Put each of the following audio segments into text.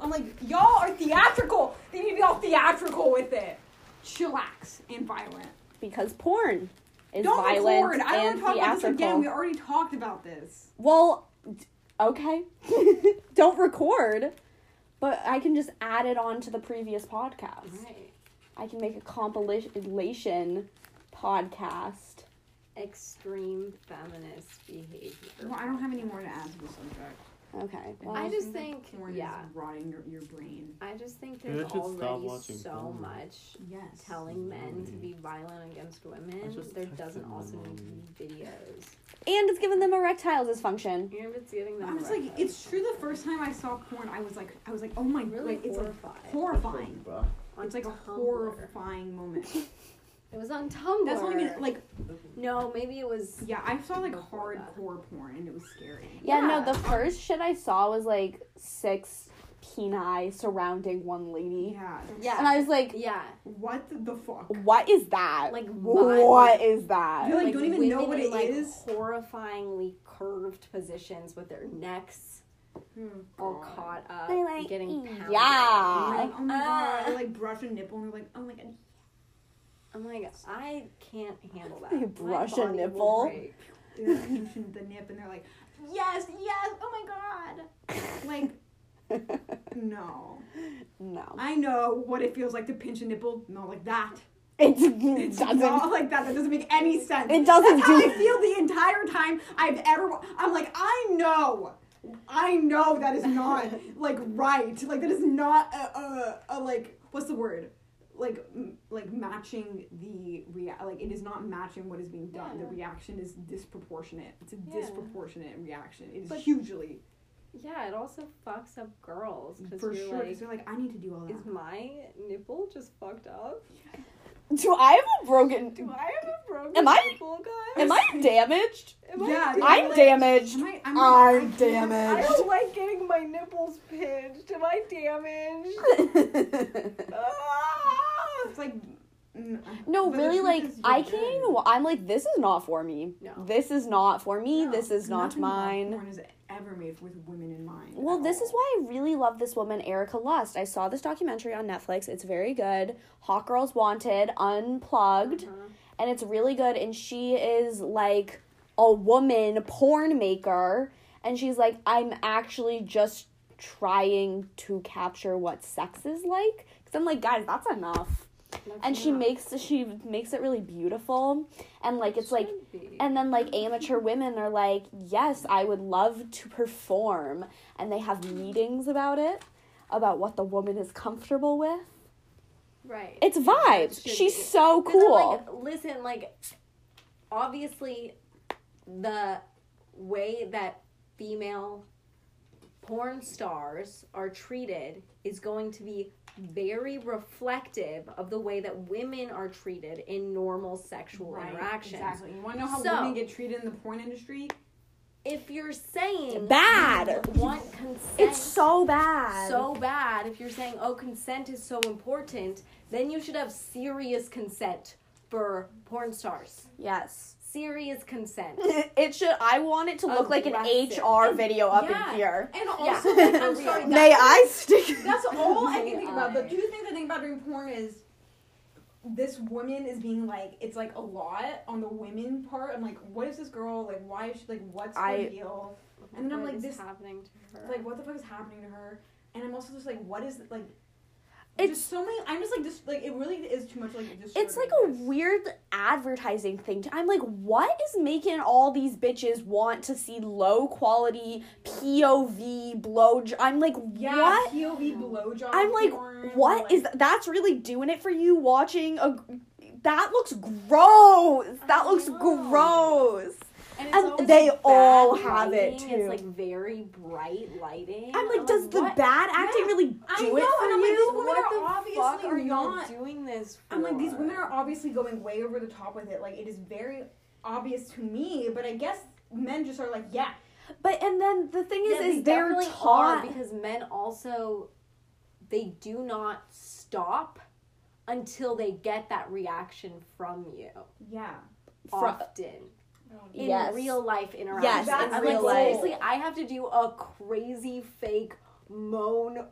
I'm like, y'all are theatrical. They need to be all theatrical with it. Chillax and violent. because porn is Don't violent record. I don't want to and talk about this theatrical. again. We already talked about this. Well, d- okay. Don't record, but I can just add it on to the previous podcast. Right. I can make a compilation podcast. Extreme feminist behavior. Well, I don't have any more to add to the subject. Okay. Well, I just think, porn yeah. is rotting your, your brain. I just think Yeah, there's I should stop already watching so porn. much Yes. telling men to be violent against women. just There texted doesn't my also need to mom. be videos. and it's giving them erectile dysfunction. You know, if it's getting them. I was like, it's true. The first time I saw porn, I was like, I was like, oh my, really like, it's like horrified. horrifying. Bah. On It's like a Tumblr. horrifying moment. It was on Tumblr. That's not even like No, maybe it was. yeah. I saw like Before that. hardcore porn, and it was scary. Yeah, Yeah. no, the first shit I saw was like six peni surrounding one lady. Yeah. that's- Yeah. And I was like, Yeah, What the fuck? what is that? Like, what is that? You're like, don't even know women what in, it like, is. Horrifyingly curved positions with their necks all caught up, They're like, getting "Mm, pounded. yeah." Like, Like, oh my ah. god. Or, like brush a nipple, and they're like, oh my god. I'm like, I can't handle that. They My brush a body will nipple. break. They're like, pinching the nip, and they're like, yes, yes, oh my god. Like no. no. I know what it feels like to pinch a nipple, not like that. It It's doesn't. not like that. That doesn't make any sense. It doesn't That's how do- I feel the entire time I've ever. wa- I'm like, I know, I know that is not like right. Like that is not a, a, a like what's the word? Like m- like matching the rea- like it is not matching what is being done. The Yeah. reaction is disproportionate. It's a Yeah. disproportionate reaction. It is But- hugely Yeah, it also fucks up girls because for you're sure. like, Because you're like, I need to do all that. is my nipple just fucked up? Do I have a broken? Do I have a broken Am I- nipple, guys? Am I damaged? Am I Yeah, doing I'm it? damaged. Am I, I'm, I'm I can't- I damaged. don't like getting my nipples pinched. Am I damaged? Ah! Oh, It's like. mm, no, but the really, truth like is you're I can't good. even. wa- I'm like, this is not for me. No. This is not for me. No, this is not Nothing about mine. Porn is ever made with women in mind. Well, at this all. is why I really love this woman, Erica Lust. I saw this documentary on Netflix. It's very good. Hot Girls Wanted, Unplugged. Uh-huh. and it's really good and she is like a woman porn maker and she's like i'm actually just trying to capture what sex is like because i'm like guys that's enough and Ah." she makes she makes it really beautiful and like it's like Should be. and then like amateur women are like yes i would love to perform and they have meetings about it about what the woman is comfortable with right. it's vibes Should be. she's so 'Cause I'm cool Like, listen, like obviously, the way that female porn stars are treated is going to be very reflective of the way that women are treated in normal sexual Right, interaction. Exactly. You want to know how So- women get treated in the porn industry? If you're saying Bad. you want consent, It's so bad. so bad if you're saying oh consent is so important then you should have serious consent for porn stars yes. serious consent It should. I want it to look like an Aggressive. HR video up Yeah. in here. And Yeah. also, like, I'm sorry. May that's- I stick? That's all I can think May about. I? The two things I think about during porn is this woman is being like, it's like a lot on the women part. I'm like, what is this girl like? Why is she like? What's her I- deal? And then I'm What like, is this- happening to her Like, what the fuck is happening to her? And I'm also just like, what is like? It's- just so many. I'm just like, just like it really is too much. Like, It's like a disturbing. weird advertising thing. I'm like, what is making all these bitches want to see low quality POV blow? I'm like, Yeah, what? POV blowjob. I'm like, porn, What like- is th- that's really doing it for you? Watching a that looks gross. That I looks know. gross. it's and always, they like, all bad have it, lighting. too. it's like very bright lighting I'm like, does the what- bad acting Yeah. really do I it for know, and I'm like, you? these women what are the obviously fuck are not- you doing this for? I'm like, these women are obviously going way over the top with it. Like, it is very obvious to me, but I guess men just are like, yeah. But and then the thing is, Yeah, they is they're definitely taught. are because men also they do not stop until they get that reaction from you Yeah. Fro- often in Yes. real life interactions. That's I'm real like, life. seriously, I have to do a crazy fake moan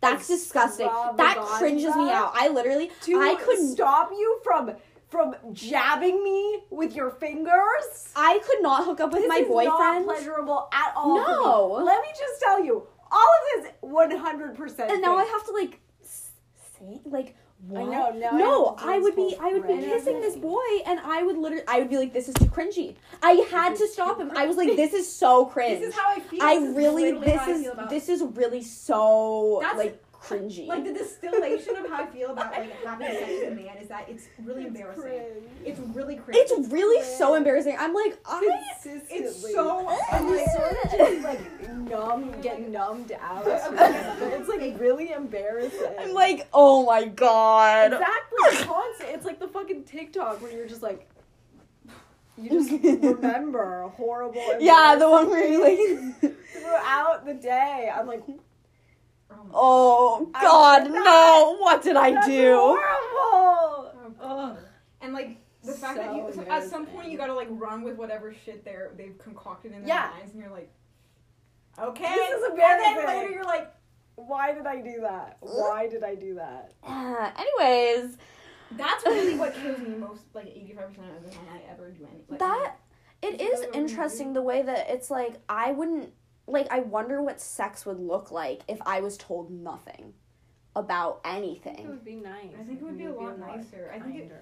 That's disgusting. That cringes me extravaganza out. I literally, to I could, not stop you from from jabbing me with your fingers. I could not hook up with This my is not boyfriend. pleasurable at all. for me. No. let me just tell you, all of this one hundred percent. and now I have to like s- say like what? know, now I no, have to do I this would be whole I would be thread. kissing this boy and I would literally I would be like this is too cringy. I had to stop him. I was like this is so cringe. This is how I feel. I This is really literally this how I is feel about- this is really so That's- like cringy. like the distillation of how I feel about like having sex with a man is that it's really embarrassing. It's really cringe. it's really so embarrassing. I'm like I Consistently. it's so And I'm you like, sort of just like numb, get numbed out. it's like really embarrassing. I'm like oh my god. exactly constant. It's like the fucking TikTok where you're just like, you just remember horrible. Yeah, the one where you like throughout the day. I'm like, Um, oh I god did no, what did I that's do? horrible. Ugh. and like the fact that you So at some point embarrassing. you gotta like run with whatever shit they're they've concocted in their Yeah. minds, and you're like, okay, This is And then embarrassing. later you're like, Why did I do that? Why did I do that? Uh, anyways, that's really what kills me most. Like eighty five percent of the time I ever do anything. Like, that it It's is really what we interesting the way that it's like I wouldn't like I wonder what sex would look like if I was told nothing about anything. would be nice. I think it would be a lot nicer. I think it,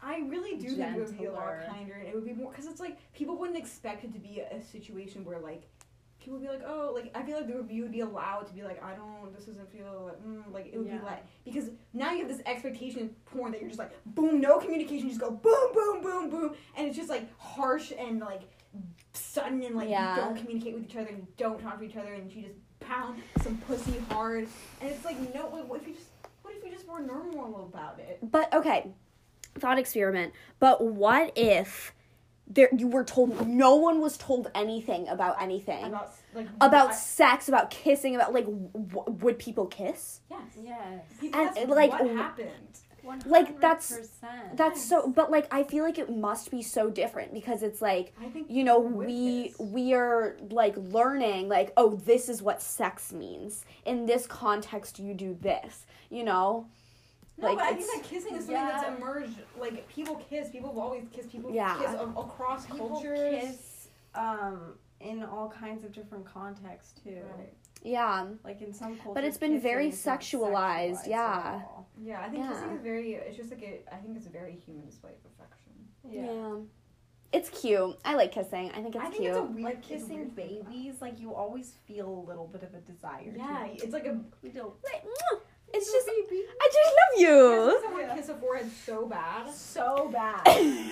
I really do think it would be a lot Gentler. kinder, and it would be more because it's like people wouldn't expect it to be a, a situation where like people would be like, oh, like I feel like the review would be allowed to be like, I don't, this doesn't feel like, mm, like it would Yeah. be like because now you have this expectation in porn that you're just like, boom, no communication, you just go boom, boom, boom, boom, and it's just like harsh and like sudden and like Yeah. you don't communicate with each other, you don't talk to each other, and you just pound some pussy hard, and it's like, no, like, what if you just, what if you just were normal about it? But okay, thought experiment. But what if there you were told no one was told anything about anything about, about s- like I- sex, about kissing, about like w- w- would people kiss? yes. Yes. People And, ask, uh, like, what w- happened? Like, that's- 100%. That's so. But like I feel like it must be so different because it's like I think you know with we this. we are like learning like oh this is what sex means in this context you do this you know no, like, but I think it's- that kissing is something Yeah. that's emerged. Like people kiss, people have always kissed, people Yeah. kiss a- across people cultures. kiss um, in all kinds of different contexts too. Right. yeah Like in some cultures, it's been very kissing is not sexualized, sexualized yeah. at all. Yeah, I think kissing Yeah. is very. It's just like a, I think it's a very human display of affection. yeah, it's cute i like kissing i think it's I think cute it's a weird Like it's a kissing weird thing. babies, like you always feel a little bit of a desire. Yeah, it's like a. to, you know, Like, mwah, it's just baby. i just love you Someone kiss a forehead so bad. so bad.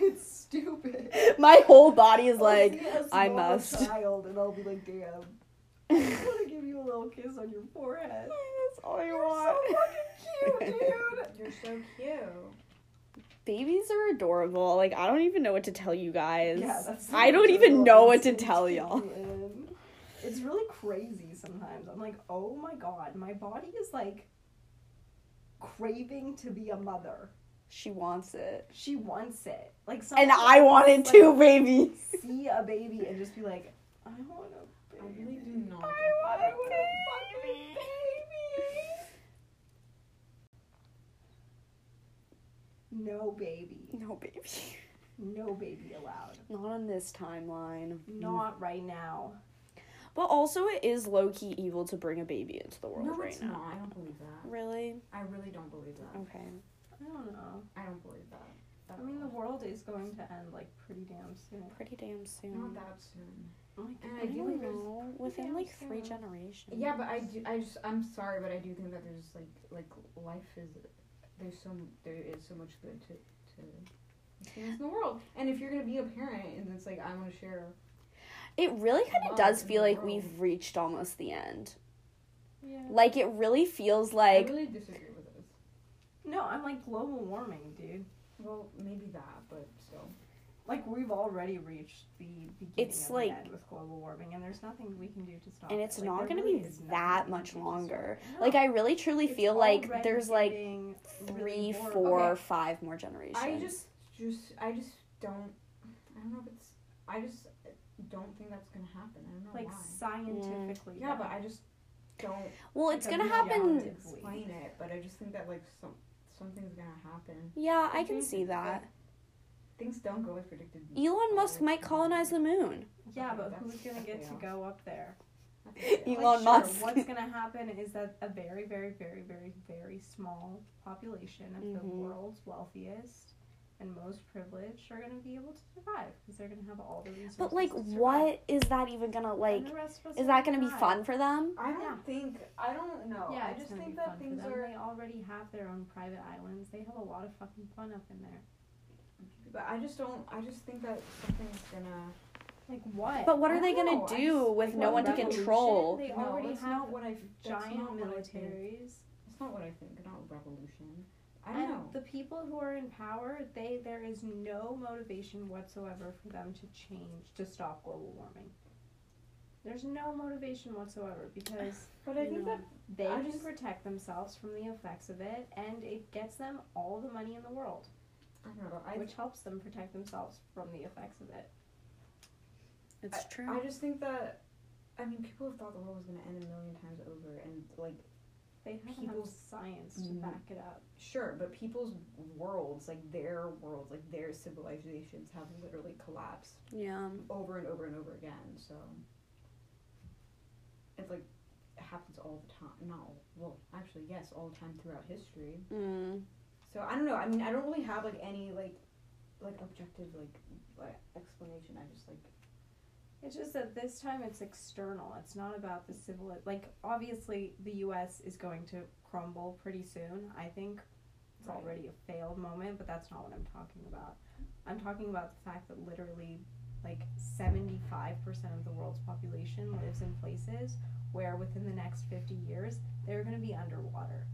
it's stupid. my whole body is I'll like see a I small must. Child, and I'll be like, damn. I just want to give you a little kiss on your forehead. that's all i You're so fucking cute, dude. You're so cute. babies are adorable like i don't even know what to tell you guys Yeah, that's i don't even know what to tell y'all It's really crazy sometimes. I'm like, oh my god, my body is like craving to be a mother. she wants it She wants it. Like and sometimes i want it just, too like, baby see a baby and just be like, I want a I baby. really do not. I want a fucking baby. No baby. no baby No baby allowed. Not on this timeline. Not right now. But also, it is low key evil to bring a baby into the world No, right it's now. not. I don't believe that. Really? I really don't believe that. Okay. I don't know. I don't believe that. I mean, the world is going to end like pretty damn soon. Pretty damn not soon. that soon. Like, And I I do don't think there's. know. Within damn like three soon. generations. Yeah, but I do. I just. I'm sorry, but I do think that there's like like life is there's so m- there is so much good to to experience in the world. And if you're gonna be a parent, and it's like I want to share. It really kind of Love does in feel the like world. we've reached almost the end. yeah. Like, it really feels like. I really disagree with this. No, I'm like global warming, dude. Well, maybe that, but still. Like we've already reached the beginning It's of the like- end with global warming, and there's nothing we can do to stop. and it. it's Like, not there going to really be is nothing we that can much do to longer. stop it. Like, No. I really truly It's feel like already there's like getting really three, horrible. four, Okay. five more generations. I just just I just don't. I don't know if it's. I just don't think that's gonna happen. I don't know like why. scientifically. Yeah, but I just don't. Well, it's like, gonna I'm not happen. to Explain it, but I just think that like some something's gonna happen. Yeah, I Mm-hmm. can see that. Things don't go as predicted. Elon Musk might colonize the moon. Yeah, but That's who's gonna get to something go up there? That's- Elon Musk. What's gonna happen is that a very, very, very, very, very small population of the Mhm. world's wealthiest and most privileged are gonna be able to survive because they're gonna have all the resources. But like, to survive. what is that even gonna like? And the rest of us Is are that gonna be not. fun for them? I don't Yeah. think. I don't know. Yeah, I Oh, it's just gonna think be that fun for things them. are. They already have their own private islands. They have a lot of fucking fun up in there. But I just don't. I just think that something's gonna. Like what? But what I are they don't gonna know, I do just- with like, no what one to revolution? control? They No, already it's have not what I. that's giant not what I think. militaries. It's not what I think. Not revolution. I don't And know. the people who are in power, they there is no motivation whatsoever for them to change to stop global warming. There's no motivation whatsoever because but I you think know, that they I can just- protect themselves from the effects of it, and it gets them all the money in the world, I don't know. I which helps them protect themselves from the effects of it. It's I just think that. I mean, people have thought the world was gonna end a million times over, and like, They haven't People- had science to Mm. back it up. sure, but people's worlds, like their worlds, like their civilizations, have literally collapsed Yeah. over and over and over again. So it's like it happens all the time. Not all, well, actually, yes, all the time throughout history. Mm. So I don't know. I mean, I don't really have like any like like objective like like explanation. I just like It's just that this time it's external. It's not about the civil. Like obviously, the U.S. is going to crumble pretty soon. I think it's Right. already a failed moment, but that's not what I'm talking about. I'm talking about the fact that literally, like seventy-five percent of the world's population lives in places where within the next fifty years they're going to be underwater.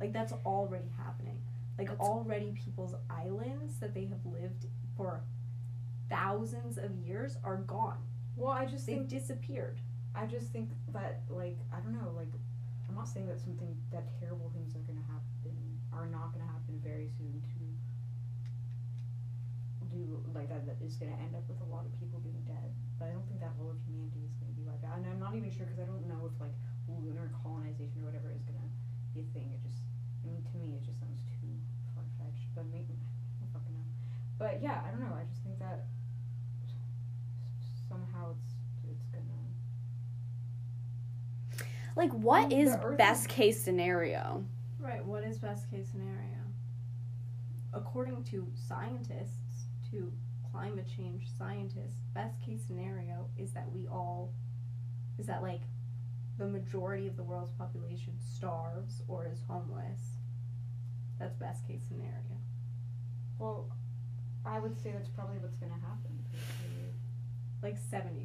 Like that's already happening. Like That's- already people's islands that they have lived for thousands of years are gone. well, I just They've think disappeared. I just think that like I don't know like I'm not saying that something that terrible things are gonna happen are not gonna happen very soon to do like that that is gonna end up with a lot of people being dead. But I don't think that all of humanity is gonna be like that, and I'm not even sure because I don't know if like lunar colonization or whatever is gonna be a thing. It just I mean to me it just sounds too far fetched, but maybe I don't fucking know. But yeah, I don't know. I just think that s- somehow it's it's gonna. Like, what The is Earth best case scenario? Right, what is best case scenario? According to scientists, to climate change scientists, best case scenario is that we all, is that like the majority of the world's population starves or is homeless. That's best case scenario. Well, I would say that's probably what's going to happen. Like 75%.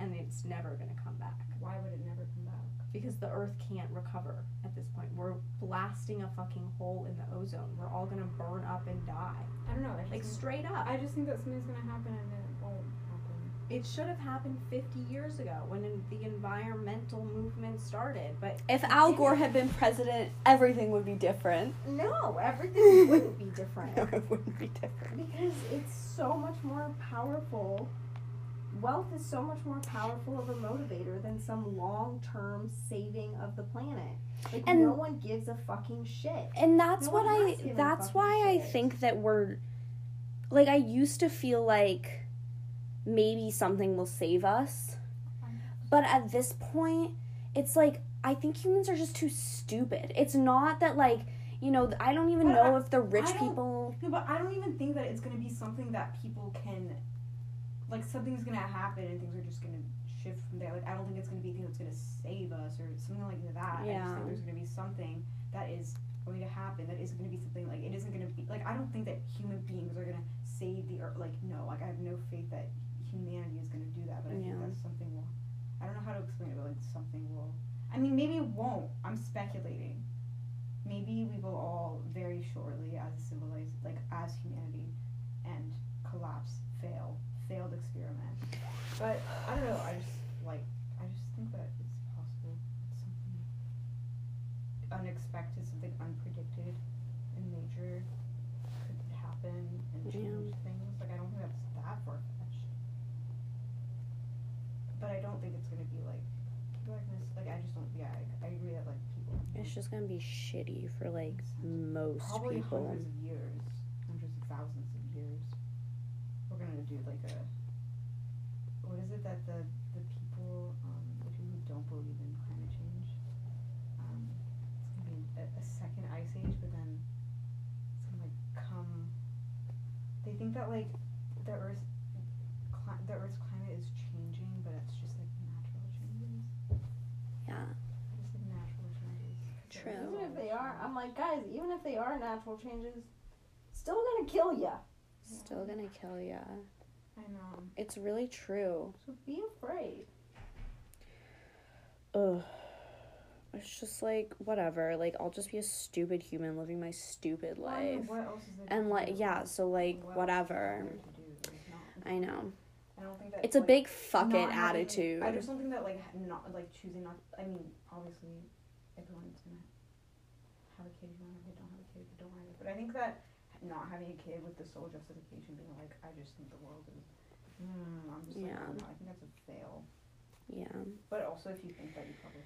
And it's never going to come back Why would it never come back? because the earth can't recover at this point. We're blasting a fucking hole in the ozone. We're all going to burn up and die. I don't know. I just, Like think, straight up. I just think that something's going to happen and it won't happen. It should have happened 50 years ago when in- the environmental movement started, but If Al Gore had been president, everything would be different. no, everything wouldn't be different No, it wouldn't be different. because it's so much more powerful. Wealth is so much more powerful of a motivator than some long-term saving of the planet. Like And- no one gives a fucking shit. and that's No what one i has given that's fucking why i shit. think that we're like i used to feel like maybe something will save us but at this point it's like i think humans are just too stupid it's not that like you know i don't even But know I- if the rich I don't- people No, but I don't even think that it's going to be something that people can. Like, something's going to happen and things are just going to shift from there. Like, I don't think it's going to be a thing that's going to save us or something like that. I just Yeah. think there's going to be something that is going to happen that is going to be something like it isn't going to be like I don't think that human beings are going to save the earth like no like I have no faith that humanity is going to do that but I Yeah. think that something will I don't know how to explain it but like something will I mean maybe it won't I'm speculating maybe we will all very shortly as a civilized like as humanity and collapse fail failed experiment but I don't know I just like I just think that it's possible it's something unexpected, something unpredicted in nature could happen and Yeah. change things. Like I don't think that's that far fetched. But I don't think it's gonna be like darkness. Like I just don't. Yeah, I, I agree that like people. It's just gonna be shitty for like most probably people. hundreds of years, hundreds of thousands of years. We're gonna do like a. What is it that the the people, um, the people who don't believe in climate change, um, it's gonna be a, a second ice age, but then it's gonna like come. They think that like the Earth, cli- the Earth's climate is changing, but it's just like natural changes. Yeah. Just like natural changes. 'Cause the Earth True. is Even if they always are, I'm like, guys, even if they are natural changes, still gonna kill ya. Still gonna kill ya. I know. It's really true. So be afraid. Ugh. It's just like whatever. Like I'll just be a stupid human living my stupid Well, I mean, life. what else is there to And like do? yeah, so like What else is whatever. there to do? There's not- I know. I don't think that It's a like, big fuck it not having- I attitude. just don't think that like ha- not like choosing not. I mean, obviously, everyone's gonna have a kid. You don't have a kid. Don't have a kid. You don't have a kid. But I think that not having a kid with the sole justification being like, I just think the world is. Mm, I'm just like, I Yeah. don't know, I think that's a fail. Yeah. But also, if you think that, you probably